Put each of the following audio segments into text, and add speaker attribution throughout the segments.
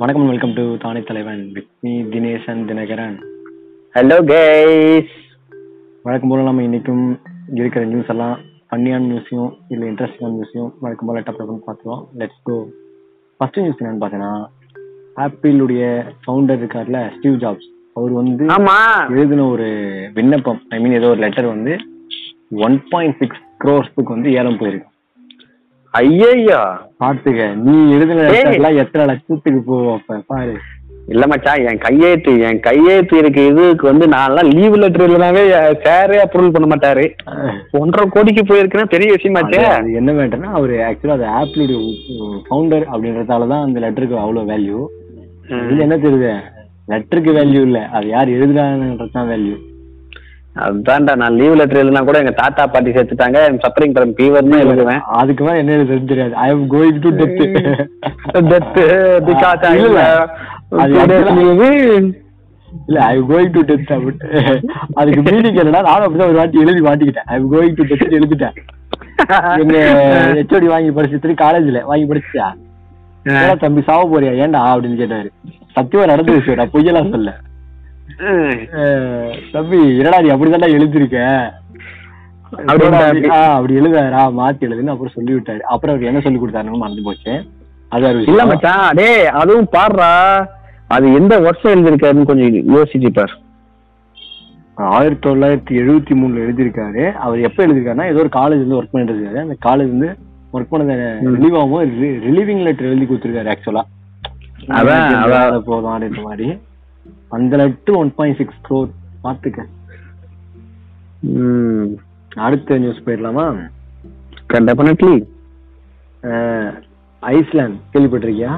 Speaker 1: வணக்கம் welcome to தானே தலைவன் விக்னி தினேசன் தினகரன்
Speaker 2: ஹலோ கைஸ்
Speaker 1: வழக்கம் போல நம்ம இன்னைக்கும் இருக்கிற நியூஸ் எல்லாம் ஃபன்னியான நியூஸையும் இல்லை இன்ட்ரெஸ்டிங்கான நியூஸையும் வழக்கம் போல டப் டப்னு பார்த்துருவோம் லெட்ஸ் கோ ஃபர்ஸ்ட் நியூஸ் என்னன்னு பார்த்தீங்கன்னா ஆப்பிளுடைய ஃபவுண்டர் இருக்கார்ல ஸ்டீவ் ஜாப்ஸ் அவர் வந்து
Speaker 2: ஆமா
Speaker 1: எழுதின ஒரு விண்ணப்பம் ஐ மீன் ஏதோ ஒரு லெட்டர் வந்து ஒன் பாயிண்ட் சிக்ஸ் க்ரோர்ஸ்க்கு வந்து ஏலம் போயிருக்கு
Speaker 2: ஐயோ
Speaker 1: பார்த்துக்க நீ எழுதின
Speaker 2: ஏய்.
Speaker 1: letter எல்லாம் எத்தனை லட்சத்துக்கு போ அப்ப பாரு
Speaker 2: இல்ல மச்சான் என் கையெழுத்து என் கையெழுத்து இருக்கு இதுக்கு வந்து நான்லாம் லீவ் லெட்டர் இல்லனாவே சாரே அப்ரூவல் பண்ண மாட்டாரு
Speaker 1: அஹ்.
Speaker 2: ஒன்றரை கோடிக்கு போயிருக்குன்னா பெரிய விஷயமாச்சே
Speaker 1: அது- அது என்ன மேட்டர்னா அவர் ஆக்சுவலா அது ஆப்பிளுடைய ஃபவுண்டர் அப்படின்றதால தான் அந்த லெட்டருக்கு அவ்வளவு வேல்யூ இதுல என்ன தெரியுது லெட்டருக்கு வேல்யூ இல்ல அது யார் எழுதுறாங்கன்றது தான் வேல்யூ
Speaker 2: அதான்டா நான் லீவ் லெட்டர் எழுதினா கூட எங்க தாத்தா பாட்டி சேர்த்துட்டாங்க சப்பரிங் ஃப்ரம் ஃபீவர்னு எழுதுவேன்
Speaker 1: அதுக்கு மேல என்ன எழுதுறது தெரியாது I am going to death
Speaker 2: Death because I
Speaker 1: இல்ல, இல்ல.
Speaker 2: have
Speaker 1: அது
Speaker 2: two days
Speaker 1: actually-
Speaker 2: leave.
Speaker 1: இல்ல I am going to death அப்படின்னு அதுக்கு மீனிங் என்னன்னா நானும் அப்படிதான் ஒரு வாட்டி எழுதி மாட்டிக்கிட்டேன் I am going to death எழுதிட்டேன் எங்க ஹெச்ஓடி வாங்கி படிச்சு காலேஜ்ல வாங்கி படிச்சியா ஏடா தம்பி சாவ போறியா ஏன்டா அப்படின்னு கேட்டாரு சத்தியமா நடந்த விஷயம் நான் பொய்யெல்லாம் சொல்ல
Speaker 2: ம்.
Speaker 1: அஹ் தம்பி என்னடா நீ அப்படிதான்டா எழுதிருக்க
Speaker 2: அப்படின்னா
Speaker 1: அப்படி- ஆ, அப்படி எழுதாரா மாத்தி எழுதுன்னு அப்புறம் சொல்லி விட்டாரு அப்புறம் அவர் என்ன சொல்லி கொடுத்தாருன்னு மறந்து போச்சு அது ஒரு
Speaker 2: இல்ல
Speaker 1: விஷயம்
Speaker 2: மச்சான் டேய் அதுவும் பாடுறா அது எந்த வருஷம் எழுதிருக்காருன்னு கொஞ்சம் யோசிச்சு பார்
Speaker 1: ஆயிரத்தி தொள்ளாயிரத்தி எழுபத்தி மூணுல எழுதியிருக்காரு அவர் எப்ப எழுதிருக்காருன்னா ஏதோ ஒரு காலேஜ் வந்து ஒர்க் பண்ணிட்டு இருக்காரு அந்த காலேஜ் வந்து ஒர்க் பண்ண ரிலீவ் ஆகும் ரிலீவிங் லெட்டர் எழுதி கொடுத்துருக்காரு ஆக்சுவலா
Speaker 2: அதான், அதான்.
Speaker 1: போதும் அப்படின்ற மாதிரி அந்த letter one point six crore பாத்துக்க
Speaker 2: ம்
Speaker 1: அடுத்த நியூஸ் போயிடலாமா
Speaker 2: டெஃபினெட்லி
Speaker 1: அஹ், ஐஸ்லாந்து கேள்விப்பட்டிருக்கியா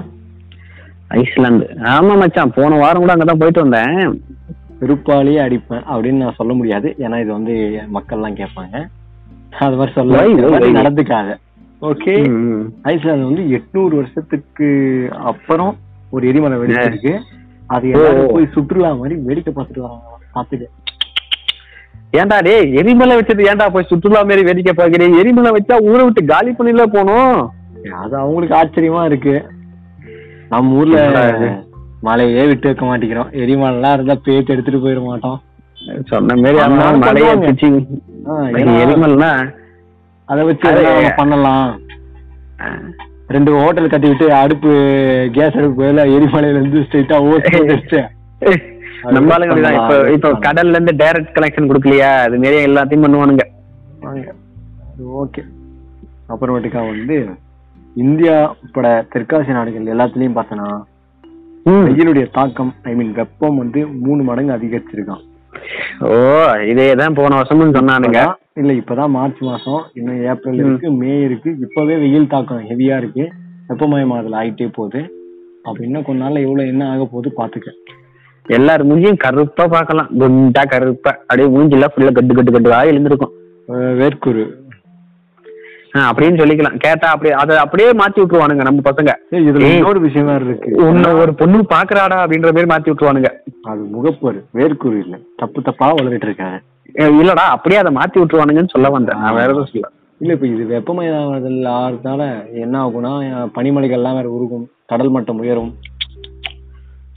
Speaker 2: ஐஸ்லாந்து ஆமா மச்சான் போன வாரம் கூட அங்கதான் போயிட்டு வந்தேன்
Speaker 1: வெறுப்பாலேயே அடிப்பேன் அப்படின்னு நான் சொல்ல முடியாது ஏன்னா இது வந்து மக்கள்லாம் கேட்பாங்க அது மாதிரி சொல்ல
Speaker 2: Why?
Speaker 1: அது மாதிரி
Speaker 2: Why? Hmm.
Speaker 1: நடந்துக்காத ஓகே
Speaker 2: ம்.
Speaker 1: ஐஸ்லாந்து வந்து எட்நூறு வருஷத்துக்கு அப்புறம் ஒரு எரிமலை வெடிச்சிருக்கு அது எல்லாரும்
Speaker 2: ஓ.
Speaker 1: போய் சுற்றுலா மாதிரி வேடிக்கை பார்த்துட்டு வராங்க பார்த்துட்டு
Speaker 2: ஏன்டா டேய் எரிமலை வச்சது ஏன்டா போய் சுற்றுலா மாரி வேடிக்கை பாக்குறீங்க எரிமலை வச்சா ஊரை விட்டு காலி பண்ணில போனோம்
Speaker 1: அது அவங்களுக்கு ஆச்சரியமா இருக்கு நம்ம ஊர்ல
Speaker 2: என்னடா இது?
Speaker 1: மலையே விட்டு வைக்க மாட்டேங்கிறோம் எரிமலைலாம் இருந்தா பேத்து எடுத்துட்டு போயிட மாட்டோம்
Speaker 2: சொன்ன மாரி
Speaker 1: ஆமா,
Speaker 2: அதனால மலையை
Speaker 1: பண்ணுவாங்க.
Speaker 2: பிச்சு
Speaker 1: ஆ, ஏன்னா
Speaker 2: எரிமலைனா
Speaker 1: அதை வச்சு
Speaker 2: அது-
Speaker 1: எல்லாம் நம்ம பண்ணலாம் ரெண்டு ஹோட்டல் கட்டி விட்டு அடுப்பு கேஸ் அடுப்பு போயில எரிமலையில இருந்து ஸ்ட்ரைட்டா ஓட்டு
Speaker 2: நம்ம ஆளுங்க அப்படிதான். இப்போ இப்போ கடல்ல இருந்து டைரக்ட் கனெக்ஷன் கொடுக்கலையா அது மாரி எல்லாத்தையும் பண்ணுவானுங்க
Speaker 1: ஓகே அப்புறமேட்டுக்கா வந்து இந்தியா உட்பட தெற்காசிய நாடுகள் எல்லாத்துலயும் பார்த்தோன்னா
Speaker 2: ம்.
Speaker 1: வெயிலுடைய தாக்கம் ஐ மீன் வெப்பம் வந்து மூணு மடங்கு அதிகரிச்சிருக்கான்
Speaker 2: ஓ இதேதான் போன வருஷம்னு சொன்னானுங்க
Speaker 1: இப்பதான்- இல்ல இப்பதான் மார்ச் மாசம் இன்னும் ஏப்ரல் இருக்கு மே இருக்கு இப்பவே வெயில் தாக்கம் ஹெவியா இருக்கு வெப்பமயமாதல் ஆயிட்டே போகுது அப்ப இன்னும் கொஞ்ச நாள்ல எவ்வளவு என்ன ஆக போகுது பாத்துக்க
Speaker 2: எல்லார் மூஞ்சியும் கருப்பா பார்க்கலாம் குண்டா கருப்பா அப்படியே மூஞ்சி எல்லாம் ஃபுல்லா கட்டு கட்டு கட்டுவா எழுந்திருக்கும்
Speaker 1: அஹ் வேர்க்குரு
Speaker 2: ஆ, அப்படின்னு சொல்லிக்கலாம் கேட்டா அப்படியே அதை அப்படியே மாத்தி விட்டுருவானுங்க நம்ம பசங்க
Speaker 1: ஏய், இதுல
Speaker 2: ஏய்.
Speaker 1: இன்னொரு விஷயம் வேற இருக்கு
Speaker 2: உன்னை ஒரு பொண்ணு பாக்குறாடா அப்படின்ற மாதிரி மாத்தி விட்டுருவானுங்க
Speaker 1: அது முகப்பரு வேர்க்குரு இல்ல தப்பு தப்பா வளர்ந்துட்டு இருக்காங்க
Speaker 2: ஏ, இல்லடா அப்படியே அதை மாத்தி விட்டுருவானுங்கன்னு சொல்ல வந்தேன் நான் வேற எதுவும் சொல்ல
Speaker 1: இல்ல இப்ப இது வெப்பமயமாதல் ஆறதுனால என்ன ஆகும்னா அஹ் பனிமலைகள் எல்லாம் வேற உருகும் கடல் மட்டம் உயரும்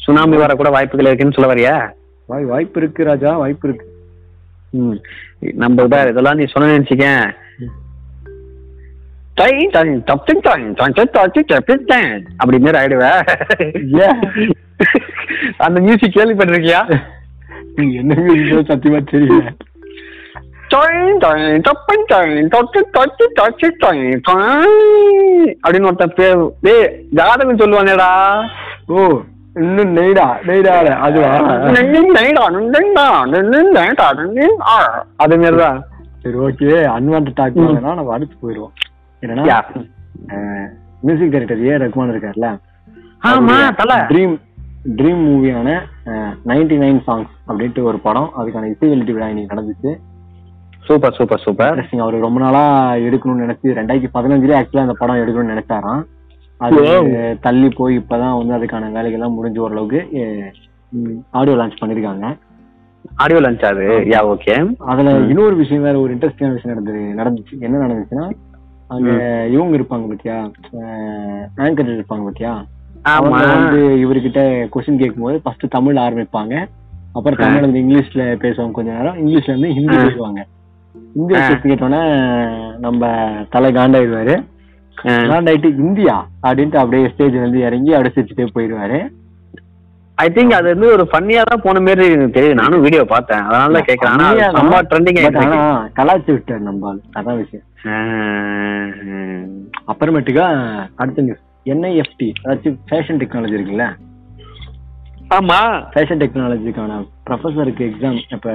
Speaker 2: சுனாமி வர கூட வாய்ப்புகள் இருக்குன்னு சொல்ல வரியா
Speaker 1: வாய் வாய்ப்பு இருக்கு ராஜா வாய்ப்பு இருக்கு
Speaker 2: ம். நம்ம இத- இதெல்லாம் நீ சொன்ன நினைச்சுக்கேன் டை, டை, டப், டிங், டாங், டாங், டப், டப், டிங், டப், டிங், டாங். அப்படி மாதிரி ஆயிடுவ
Speaker 1: ஏன்?
Speaker 2: அந்த மியூசிக் கேள்விப்பட்டிருக்கியா
Speaker 1: நீ என்ன பேசுறீங்களோ சத்தியமா தெரியல
Speaker 2: டாங், டாங், டப், டிங், டாங், டப், டிங், டப், டிங், டப், டிங், டாங், டாங். அப்படின்னு ஒருத்தன் பேர் டேய் ஜாதகம் சொல்லுவானேடா
Speaker 1: ஓ இன்னும் நெய்டா நெய்டா அதுவா
Speaker 2: நின், நைடா, நின், நைடா, நின், நின், நைடா, நின், நின், ஆ. அது மாதிரிதான்
Speaker 1: சரி ஓகே அன்வான்ட் டாக் பண்ணா நம்ம அடுத்து போயிருவோம் என்னன்னா
Speaker 2: yeah.
Speaker 1: Music director A Rahman இருக்கார்ல
Speaker 2: ஆமா தலை
Speaker 1: ட்ரீம் ட்ரீம் மூவியான நைன்டி நைன் சாங்ஸ் அப்படின்ட்டு ஒரு படம் அதுக்கான இசை வெளியீட்டு விழா இன்னைக்கு நடந்துச்சு
Speaker 2: சூப்பர் சூப்பர் சூப்பர்
Speaker 1: இன்ட்ரெஸ்டிங் அவர் ரொம்ப நாளா எடுக்கணும்னு நினைச்சு ரெண்டாயிரத்தி பதினஞ்சுல ஆக்சுவலா அந்த படம் எடுக்கணும்னு நினைச்சாராம் அது
Speaker 2: Wow.
Speaker 1: தள்ளி போய் இப்பதான் வந்து அதுக்கான வேலைகள்லாம் முடிஞ்சு ஓரளவுக்கு அஹ், ம், ஆடியோ லான்ச் பண்ணிருக்காங்க
Speaker 2: ஆடியோ லஞ்ச் அது யா ஓகே
Speaker 1: அதுல இன்னொரு விஷயம் வேற ஒரு இன்ட்ரெஸ்டிங்கான விஷயம் நடந்தது நடந்துச்சு என்ன நடந்துச்சுன்னா அங்க இவங்க இருப்பாங்க பாத்தியா ஆங்கர் இருப்பாங்க பாத்தியா
Speaker 2: ஆமா
Speaker 1: அவங்க வந்து இவர்கிட்ட கொஸ்டின் கேட்கும்போது ஃபர்ஸ்ட் தமிழ் ஆரம்பிப்பாங்க அப்புறம் தமிழ் வந்து இங்கிலீஷ்ல பேசுவாங்க கொஞ்ச நேரம் இங்கிலீஷ்ல இருந்து ஹிந்தி
Speaker 2: ஆ.
Speaker 1: பேசுவாங்க இந்தியா
Speaker 2: ஆ.
Speaker 1: கேட்டோன்னே நம்ம தலை காண்டாயிடுவாரு
Speaker 2: ஆ,
Speaker 1: காண்டாயிட்டு இந்தியா அப்படின்ட்டு அப்படியே ஸ்டேஜ்ல இருந்து இறங்கி அப்படியே சிரிச்சுட்டே போயிடுவாரு
Speaker 2: ஐ திங்க் அது வந்து ஒரு ஃபன்னியா தான் போன மாதிரி எனக்கு தெரியுது நானும் வீடியோ பார்த்தேன் அதனால தான் கேட்கறேன் ஆனா அது
Speaker 1: கம்மியாதான்.
Speaker 2: செம்ம ட்ரெண்டிங்
Speaker 1: But
Speaker 2: ஆயிட்டு
Speaker 1: ஆனா
Speaker 2: இருக்கு.
Speaker 1: கலாய்ச்சி விட்டாரு நம்ம ஆளு. அதான் விஷயம்
Speaker 2: ஆஹ்.
Speaker 1: அப்புறமேட்டுக்கா அடுத்த நியூஸ் என்ஐஎஃப்டி அதாச்சும் ஃபேஷன் டெக்னாலஜி இருக்குல்ல
Speaker 2: ஆமா
Speaker 1: ஃபேஷன் டெக்னாலஜிக்கான ப்ரொஃபஸருக்கு எக்ஸாம் இப்ப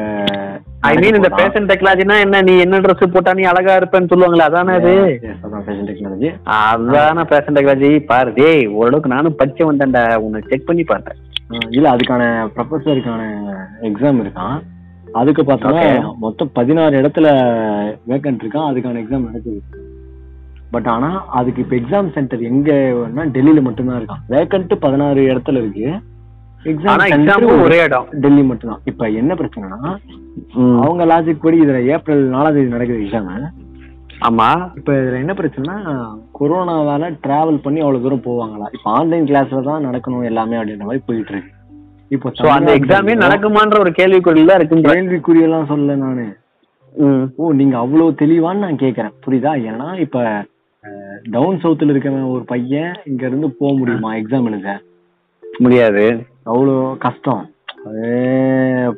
Speaker 2: ஐ மீன் இந்த பேஷன் டெக்னாலஜினா என்ன நீ என்ன Dress போட்டா நீ அழகா இருப்பேன்னு சொல்லுவாங்களே அதானே அது
Speaker 1: ஃபேஷன் டெக்னாலஜி
Speaker 2: அதான பேஷன் டெக்னாலஜி பாரு டேய் ஓரளவுக்கு நானும் படிச்சு வந்தேன்டா உன்னை செக் பண்ணி பார்த்தேன்
Speaker 1: இல்ல அதுக்கான ப்ரொஃபஸருக்கான எக்ஸாம் இருக்கான் அதுக்கு பார்த்தோம்னா
Speaker 2: Okay.
Speaker 1: மொத்தம் பதினாறு இடத்துல வேக்கன்ட் இருக்கான் அதுக்கான எக்ஸாம் நடக்குது பட் ஆனா அதுக்கு இப்ப எக்ஸாம் சென்டர் எங்கன்னா டெல்லியில மட்டும்தான் இருக்கான் வேக்கன்ட் பதினாறு இடத்துல இருக்கு
Speaker 2: ஆனா
Speaker 1: எக்ஸாம்
Speaker 2: எக்ஸாமும் ஒரே இடம்
Speaker 1: டெல்லி மட்டும்தான் இப்ப என்ன பிரச்சனைனா அவங்க லாஜிக் படி இதுல ஏப்ரல் நாலாம் தேதி நடக்குது எக்ஸாம்
Speaker 2: ஆமா
Speaker 1: இப்ப இதுல என்ன பிரச்சனைனா கொரோனாவால டிராவல் பண்ணி அவ்வளவு தூரம் போவாங்களா இப்ப ஆன்லைன் கிளாஸ்ல தான் நடக்கணும் எல்லாமே அப்படின்ற மாதிரி போயிட்டு இருக்கு இப்போ
Speaker 2: சோ அந்த எக்ஸாமே நடக்குமான்ற ஒரு கேள்விக்குறியில இருக்குன்ற
Speaker 1: கேள்விக்குறியெல்லாம் சொல்ல நானு ஓ நீங்க அவ்வளவு தெளிவான்னு நான் கேக்குறேன் புரியுதா ஏன்னா இப்ப டவுன் சவுத்துல இருக்கிற ஒரு பையன் இங்க இருந்து போக முடியுமா எக்ஸாம் எழுத
Speaker 2: முடியாது
Speaker 1: அவ்வளோ கஷ்டம் அது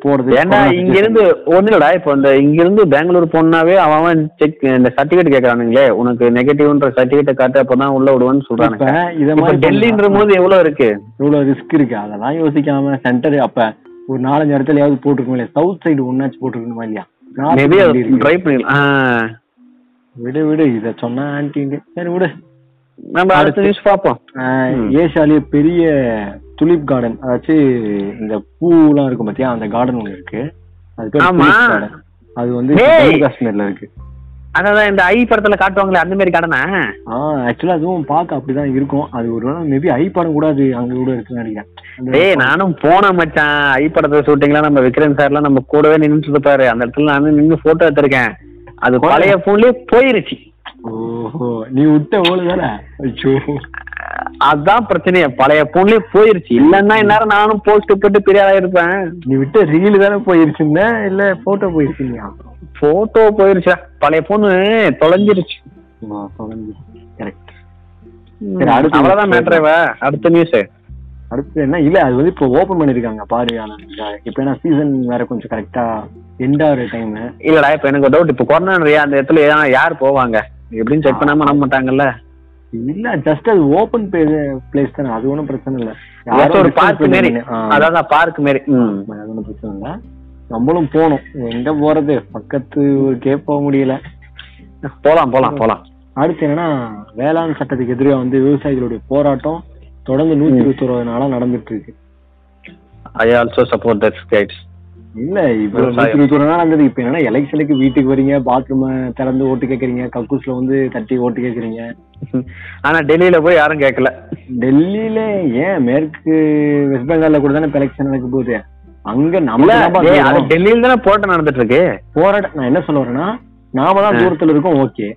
Speaker 1: போறது
Speaker 2: ஏன்னா இங்க இருந்து ஒண்ணு இல்லடா இப்ப இந்த இங்க இருந்து பெங்களூர் போனாவே அவன் செக் இந்த சர்டிபிகேட் கேக்குறானுங்களே உனக்கு நெகட்டிவ்ன்ற சர்டிபிகேட் காட்டு அப்பதான் உள்ள விடுவான்னு
Speaker 1: இப்ப
Speaker 2: சொல்றானுங்க
Speaker 1: இத
Speaker 2: இப்ப
Speaker 1: மாதிரி
Speaker 2: டெல்லின்ற போது எவ்வளவு இருக்கு
Speaker 1: இவ்வளவு ரிஸ்க் இருக்கு அதெல்லாம் யோசிக்காம சென்டர் அப்ப ஒரு நாலஞ்சு இடத்துலயாவது போட்டிருக்கோம் இல்லையா சவுத் சைடு ஒன்னாச்சு போட்டிருக்கணுமா இல்லையா North
Speaker 2: மேபி
Speaker 1: எப்படி இருக்கு?
Speaker 2: ட்ரை பண்ணிடலாம் ஆஹ்.
Speaker 1: விடு விடு இத சொன்னா ஆன்டிங்க சரி விடு
Speaker 2: நம்ம அடுத்த நியூஸ் பாப்போம்
Speaker 1: ஆஹ்,
Speaker 2: ம்.
Speaker 1: ஏஷியாலே பெரிய துலிப் கார்டன் அதாச்சு இந்த பூ எல்லாம் இருக்கும் பாத்தியா அந்த கார்டன் ஒண்ணு இருக்கு அது பேர்
Speaker 2: ஆமா.
Speaker 1: tulip garden. அது வந்து
Speaker 2: டேய்.
Speaker 1: ஜம்மு காஷ்மீர்ல இருக்கு
Speaker 2: அதான் இந்த ஐ படத்துல காட்டுவாங்களே அந்த மாதிரி கடனா
Speaker 1: ஆஹ் ஆக்சுவலா அதுவும் பார்க்க அப்படிதான் இருக்கும் அது ஒரு மேபி ஐ படம் கூட அது அங்க கூட இருக்குன்னு நினைக்கிறேன் அந்த-
Speaker 2: டேய் நானும் போன மச்சான் ஐ படத்துல ஷூட்டிங்லாம் நம்ம விக்ரம் சார்லாம் நம்ம கூடவே நின்னுட்டு இருப்பாரு அந்த இடத்துல நானும் நின்னு போட்டோ எடுத்திருக்கேன் அது பழைய போன்லயே போயிருச்சு
Speaker 1: ஓஹோ நீ விட்ட ஓடு தானே ஐயோ
Speaker 2: அதான் பிரச்சனையே பழைய போன்லயே போயிருச்சு இல்லன்னா இந்நேரம் நானும் போஸ்ட் போட்டு பெரிய ஆளா இருப்பேன்
Speaker 1: நீ விட்ட ரீல் தானே போயிருச்சுன்னா இல்ல போட்டோ போயிருச்சுங்கயா
Speaker 2: போட்டோ போயிருச்சா பழைய போனு தொலைஞ்சிருச்சு
Speaker 1: கரெக்ட் சரி, அடுத்த
Speaker 2: அவ்வளவுதான்
Speaker 1: news
Speaker 2: மேட்ரேவ அடுத்த நியூஸ்
Speaker 1: அடுத்து என்ன இல்ல அது வந்து இப்போ ஓபன் பண்ணிருக்காங்க பாரு ஆனந்த். இப்ப ஏன்னா சீசன் வேற கொஞ்சம் கரெக்டா எண்ட் ஆகுற டைம்
Speaker 2: இல்லடா இப்ப எனக்கு டவுட் இப்ப கொரோனா அந்த இடத்துல யா- யார் போவாங்க எப்படின்னு செக் பண்ணாம நம்ப மாட்டாங்கல்ல
Speaker 1: இல்ல ஜஸ்ட் அது ஓபன் பிளேஸ் தானே அது ஒண்ணும் பிரச்சனை இல்ல
Speaker 2: Just
Speaker 1: யாரும்
Speaker 2: ஒரு
Speaker 1: disturb
Speaker 2: பார்க் மாரி
Speaker 1: பண்ணி- ஆ,
Speaker 2: அதான் பார்க் மாரி ம்
Speaker 1: ஆமா, அது ஒண்ணும் பிரச்சனை இல்ல நம்மளும் போனோம் எங்க போறது பக்கத்து ஊருக்கே போக முடியல
Speaker 2: போலாம் போலாம் போலாம்
Speaker 1: அடுத்து என்னன்னா வேளாண் சட்டத்துக்கு எதிராக வந்து விவசாயிகளுடைய போராட்டம் தொடர்ந்து நூத்தி இருபத்தி ஒரு நாளா நடந்துட்டு இருக்கு
Speaker 2: I also support that right
Speaker 1: இல்ல இவ்வளவு
Speaker 2: விவசாயம்.
Speaker 1: நூத்தி இருபத்தி ஒரு நாள் நடந்தது இப்ப என்னன்னா எலெக்ஷனுக்கு வீட்டுக்கு வரீங்க பாத்ரூம் திறந்து ஓட்டு கேக்குறீங்க கக்கூஸ்ல வந்து தட்டி ஓட்டு கேக்குறீங்க
Speaker 2: ஆனா டெல்லியில போய் யாரும் கேட்கல
Speaker 1: டெல்லியில ஏன் மேற்கு வெஸ்ட் பெங்கால்ல கூட தானே எலெக்ஷன் நடக்க போகுது அங்க
Speaker 2: இல்ல ஏய், அது
Speaker 1: நம்ம
Speaker 2: டெல்லியில தானே போட்ட நடந்துட்டு இருக்கு
Speaker 1: போராட நான் என்ன சொல்ல வரேன்னா நாம தான் தூரத்துல இருக்கோம் ஓகே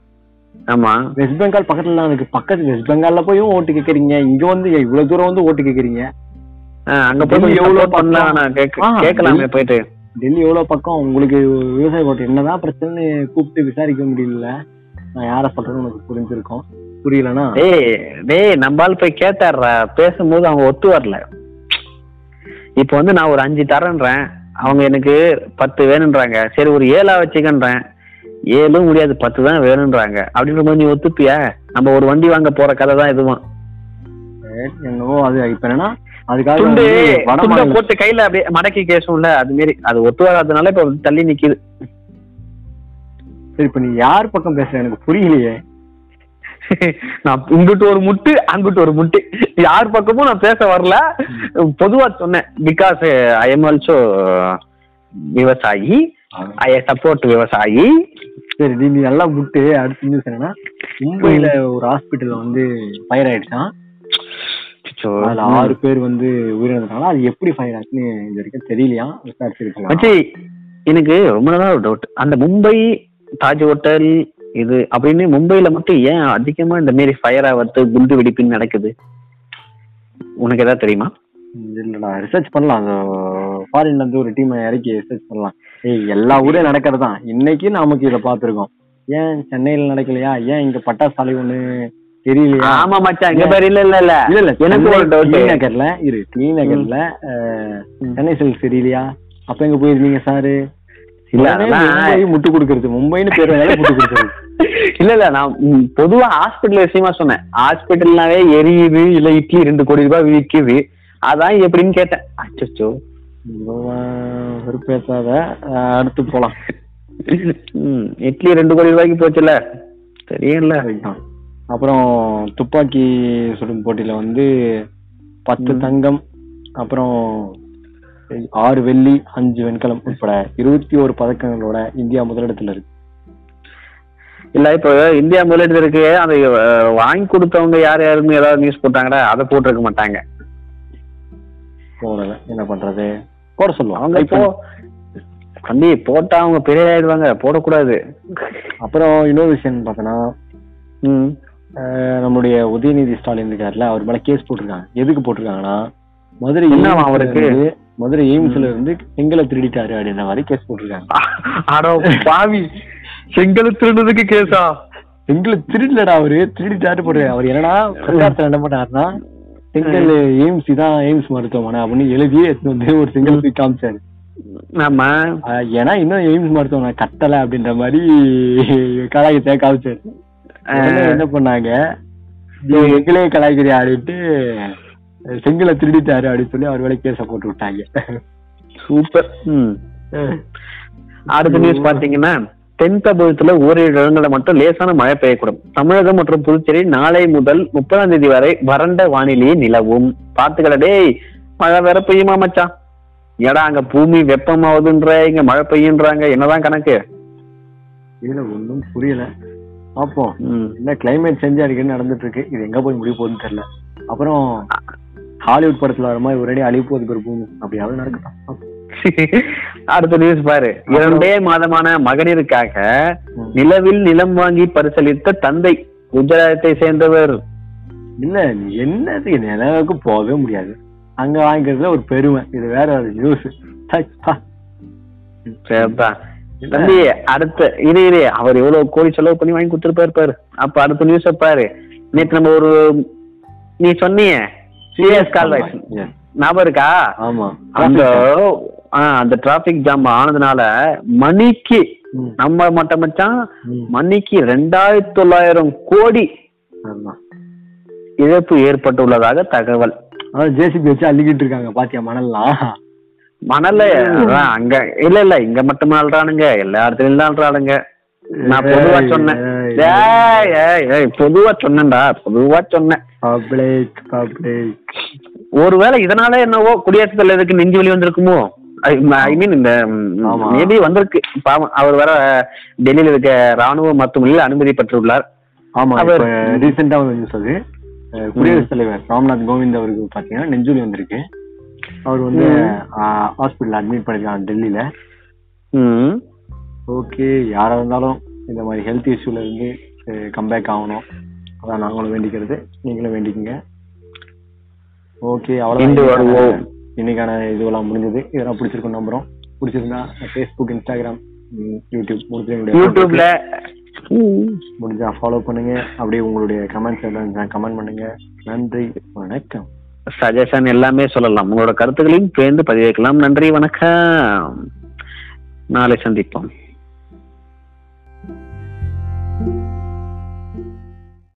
Speaker 2: ஆமா
Speaker 1: வெஸ்ட் பெங்கால் பக்கத்துல தான் இருக்கு பக்கத்து வெஸ்ட் பெங்கால்ல போயும் ஓட்டு கேக்குறீங்க இங்க வந்து இவ்வளவு தூரம் வந்து ஓட்டு கேக்குறீங்க
Speaker 2: ஆ, அங்க போய்
Speaker 1: டெல்லி எவ்வளவு
Speaker 2: எவ்வளவு பண்ணலாம்
Speaker 1: பக்கம்?
Speaker 2: நான் கேக்க-
Speaker 1: ஆ,
Speaker 2: கேட்கலாமே போயிட்டு
Speaker 1: டெல்லி எவ்வளவு பக்கம் உங்களுக்கு விவசாய கோட்டை என்னதான் பிரச்சனைன்னு கூப்பிட்டு விசாரிக்க முடியல நான் யார சொல்றேன்னு உனக்கு புரிஞ்சிருக்கும் புரியலனா
Speaker 2: டேய் டேய் நம்மால் போய் கேட்டாருடா பேசும்போது அவங்க ஒத்து வரல இப்போ வந்து நான் ஒரு அஞ்சு தரேன்றேன் அவங்க எனக்கு பத்து வேணுன்றாங்க சரி ஒரு ஏழா வச்சுக்கன்றேன் ஏழும் முடியாது பத்து தான் வேணுன்றாங்க அப்படின்ற மாதிரி நீ ஒத்துப்பியா நம்ம ஒரு வண்டி வாங்க போற கதை தான் இதுவும்
Speaker 1: என்னவோ அது இப்ப என்னன்னா அதுக்காக
Speaker 2: துண்டு
Speaker 1: வந்து வட
Speaker 2: துண்டை
Speaker 1: மாநில-
Speaker 2: போட்டு கையில அப்படியே மடக்கி கேசும்ல அது மாரி அது ஒத்து வராதனால இப்ப தள்ளி நிக்குது
Speaker 1: சரி இப்ப நீ யார் பக்கம் பேசுற எனக்கு புரியலையே
Speaker 2: நான் இங்கிட்டு ஒரு முட்டு அங்கிட்டு ஒரு முட்டு யார் பக்கமும் நான் பேச வரல பொதுவா சொன்னேன் because I am also uh, விவசாயி ஐ சப்போர்ட் விவசாயி
Speaker 1: சரி நீ நீ எல்லாம் விட்டு அடுத்து நியூஸ் என்னன்னா மும்பைல ஒரு ஹாஸ்பிட்டல் வந்து ஃபயர் ஆயிடுச்சான்
Speaker 2: அச்சோ.
Speaker 1: அதுல ஆறு பேர் வந்து உயிரிழந்தாங்களா அது எப்படி ஃபயர் ஆச்சுன்னு இது வரைக்கும் தெரியலையா விசாரிச்சிருக்கலாம்
Speaker 2: மச்சி எனக்கு ரொம்ப நாளா ஒரு டவுட் அந்த மும்பை தாஜ் ஹோட்டல் இது அப்படின்னு மும்பைல மட்டும் ஏன் அதிகமா இந்த மாரி ஃபயர் ஆவது குண்டு வெடிப்புன்னு நடக்குது உனக்கு ஏதாவது தெரியுமா
Speaker 1: இல்லடா ரிசர்ச் பண்ணலாம் ஃபாரின்ல இருந்து ஒரு டீமை இறக்கி ரிசர்ச் பண்ணலாம் ஏய் எல்லா ஊரையும் நடக்கிறது தான் இன்னைக்கு நமக்கு இதை பார்த்துருக்கோம் ஏன் சென்னையில நடக்கலையா ஏன் இங்க பட்டாசு சாலை ஒண்ணு தெரியலையா
Speaker 2: ஆமா மச்சான் இங்க பாரு இல்ல இல்ல இல்ல
Speaker 1: இல்ல இல்ல
Speaker 2: எனக்கு ஒரு
Speaker 1: டி
Speaker 2: டவுட்
Speaker 1: நகர்ல இரு டி நகர்ல அஹ், சென்னை சில்க்ஸ் தெரியலையா அப்ப எங்க போயிருந்தீங்க சாரு
Speaker 2: இல்ல,
Speaker 1: இல்ல
Speaker 2: அதெல்லாம்
Speaker 1: மும்பை முட்டு கொடுக்கறது மும்பைன்னு பேர் வந்தாலே முட்டு கொடுக்கறது
Speaker 2: இல்ல இல்ல நான் ம், பொதுவா ஹாஸ்பிட்டல் விஷயமா சொன்னேன் ஹாஸ்பிட்டல்னாவே எரியுது இல்ல இட்லி ரெண்டு கோடி ரூபாய் விக்குது அதான் எப்படின்னு கேட்டேன் அச்சோ
Speaker 1: ஒரு பேசாத அஹ், அடுத்து போலாம்
Speaker 2: இட்லி ரெண்டு கோடி ரூபாய்க்கு போச்சுல தெரியல
Speaker 1: அதுதான். அப்புறம் துப்பாக்கி சுடும் போட்டியில வந்து பத்து தங்கம் அப்புறம் ஆறு வெள்ளி அஞ்சு வெண்கலம் உட்பட இருபத்தி ஒரு பதக்கங்களோட இந்தியா முதலிடத்துல இருக்கு
Speaker 2: இல்ல இப்போ இந்தியா முதலீடு இருக்கு அதை அஹ், வாங்கி கொடுத்தவங்க யார் யாருன்னு ஏதாவது நியூஸ் போட்டாங்கடா அதை போட்டிருக்க மாட்டாங்க
Speaker 1: போடல என்ன பண்றது போட
Speaker 2: அவங்க இப்போ
Speaker 1: சொல்லுவாங்க
Speaker 2: தம்பி போட்டா அவங்க பெரிய ஆயிடுவாங்க போடக்கூடாது
Speaker 1: அப்புறம் இன்னொரு விஷயம் பார்த்தோன்னா
Speaker 2: ம்
Speaker 1: அஹ், நம்முடைய உதயநிதி ஸ்டாலின் இருக்காருல்ல அவர் மேல கேஸ் போட்டிருக்காங்க எதுக்கு போட்டிருக்காங்கன்னா மதுரை
Speaker 2: என்னவா
Speaker 1: எய்ம்ஸ்ல
Speaker 2: அவருக்கு?
Speaker 1: இருந்து- மதுரை எய்ம்ஸ்ல இருந்து பெண்களை திருடிட்டாரு அப்படின்ற மாதிரி கேஸ் போட்டிருக்காங்க
Speaker 2: அடோ பாவி செங்கல் திருடுறதுக்கு கேஸா
Speaker 1: செங்கல் திருடலடா அவரு திருடிட்டாரு போடுற அவர் என்னன்னா பிரச்சாரத்துல என்ன பண்ணாருன்னா செங்கல் எய்ம்ஸ் தான் எய்ம்ஸ் மருத்துவமனை அப்படின்னு எழுதியே எடுத்துட்டு வந்து ஒரு செங்கல் போய் காமிச்சாரு
Speaker 2: ஆமா
Speaker 1: அஹ் ஏன்னா இன்னும் எய்ம்ஸ் மருத்துவமனை கட்டல அப்படின்ற மாதிரி கலாயத்தை காமிச்சாரு உடனே என்ன பண்ணாங்க "நீ எங்களே கலாய்க்கிறியா அப்படின்ட்டு செங்கலை திருடிட்டாரு அப்படின்னு சொல்லி அவர் வேலை கேச போட்டு விட்டாங்க
Speaker 2: சூப்பர் ம் அடுத்த நியூஸ் பாத்தீங்கன்னா தென் தமிழகத்துல ஓரிரு இடங்களில் மட்டும் லேசான மழை பெய்யக்கூடும் தமிழகம் மற்றும் புதுச்சேரி நாளை முதல் முப்பதாம் தேதி வரை வறண்ட வானிலையே நிலவும் பார்த்துக்கடா டேய் மழை வேற பெய்யுமா மச்சான் ஏடா அங்க பூமி வெப்பமாவதுன்ற இங்க மழை பெய்யுன்றாங்க என்னதான் கணக்கு
Speaker 1: இதுல ஒண்ணும் புரியல பாப்போம்
Speaker 2: ம்.
Speaker 1: என்ன கிளைமேட் சேஞ்சா இருக்குன்னு நடந்துட்டு இருக்கு இது எங்க போய் முடிய போகுதுன்னு தெரியல அப்புறம் ஹாலிவுட் படத்துல வர மாதிரி ஒரே அழிவு போகுது ஒரு பூமி அப்படியாவது நடக்கட்டும் பாப்போம்.
Speaker 2: அடுத்த நியூஸ் பாரு இரண்டே மாதமான மகனிற்காக
Speaker 1: ம்.
Speaker 2: நிலவில் நிலம் வாங்கி பரிசளித்த தந்தை குஜராத்தை சேர்ந்தவர்
Speaker 1: இல்ல நீ என்னது இந்த நிலவுக்கு போகவே முடியாது அங்க வாங்கிக்கிறதுல ஒரு பெருமை இது வேற ஒரு நியூஸ்
Speaker 2: சரிப்பா தம்பி அடுத்த இரு இரு அவர் எவ்வளவு கோடி செலவு பண்ணி வாங்கி கொடுத்துருப்பாரு பாரு அப்ப அடுத்த நியூஸ பாரு நேத்து நம்ம ஒரு நீ சொன்னியே சிஎஸ் கால்வாய் ஞாபகம் இருக்கா
Speaker 1: ஆமா
Speaker 2: அந்த ஆ, அந்த டிராபிக் ஜாம் ஆனதுனால மணிக்கு
Speaker 1: ம்.
Speaker 2: நம்ம மட்டும் மச்சான்
Speaker 1: ம்.
Speaker 2: மணிக்கு ரெண்டாயிரத்தி தொள்ளாயிரம் கோடி
Speaker 1: ஆமா
Speaker 2: இழப்பு ஏற்பட்டுள்ளதாக தகவல்
Speaker 1: அதான் ஜேசிபி வச்சு அள்ளிக்கிட்டு இருக்காங்க பாத்தியா மணல்லாம்
Speaker 2: மணல்ல அதான் அங்க இல்ல இல்ல இங்க மட்டும் அல்றானுங்க எல்லா இடத்துலயும் தான் அல்றானுங்க நான் பொதுவா சொன்னேன்
Speaker 1: ஏய்,
Speaker 2: ஏய், ஏய், ஏய், பொதுவா சொன்னேன்டா பொதுவா சொன்னேன்
Speaker 1: பப்ளிக் பப்ளிக்
Speaker 2: ஒருவேளை இதனால என்னவோ குடியரசுத் தலைவருக்கு நெஞ்சு வலி வந்திருக்குமோ ஐ மீன் இந்த
Speaker 1: ஆமா.
Speaker 2: மேபி வந்திருக்கு பாவம் அவர் வேற டெல்லியில இருக்க ராணுவ மருத்துவமனையில் அனுமதி பெற்றுள்ளார்
Speaker 1: ஆமா
Speaker 2: அவர்-
Speaker 1: இப்ப ரீசெண்டா வந்து நியூஸ் அது அஹ் குடியரசுத் தலைவர் ராம்நாத் கோவிந்த் அவருக்கு பாத்தீங்கன்னா நெஞ்சுலி வந்திருக்கு அவர் வந்து ஹாஸ்பிட்டல் அட்மிட் பண்ணிருக்காங்க டெல்லியில
Speaker 2: ம்.
Speaker 1: ஓகே யாரா இருந்தாலும் இந்த மாதிரி ஹெல்த் இஷ்யூல இருந்து கம்பேக் ஆகணும் அதான் நாங்களும் வேண்டிக்கிறது நீங்களும் வேண்டிக்கங்க ஓகே
Speaker 2: இன்று
Speaker 1: அவ்வளவு
Speaker 2: வருவோம்.
Speaker 1: இன்னைக்கான இதுவெல்லாம் முடிஞ்சது இதெல்லாம் பிடிச்சிருக்கும் நம்புறோம் பிடிச்சிருந்தா ஃபேஸ்புக் இன்ஸ்டாகிராம் ம், யூடியூப் முடிஞ்சவங்களுடைய
Speaker 2: யூடியூப்ல ம்.
Speaker 1: முடிஞ்சா ஃபாலோ பண்ணுங்க அப்படியே உங்களுடைய கமெண்ட்ஸ் எல்லாம் இருந்தா கமெண்ட் பண்ணுங்க நன்றி வணக்கம்
Speaker 2: சஜஷன் எல்லாமே சொல்லலாம் உங்களோட கருத்துக்களையும் சேர்ந்து பதிவேற்கலாம் நன்றி வணக்கம் நாளை சந்திப்போம்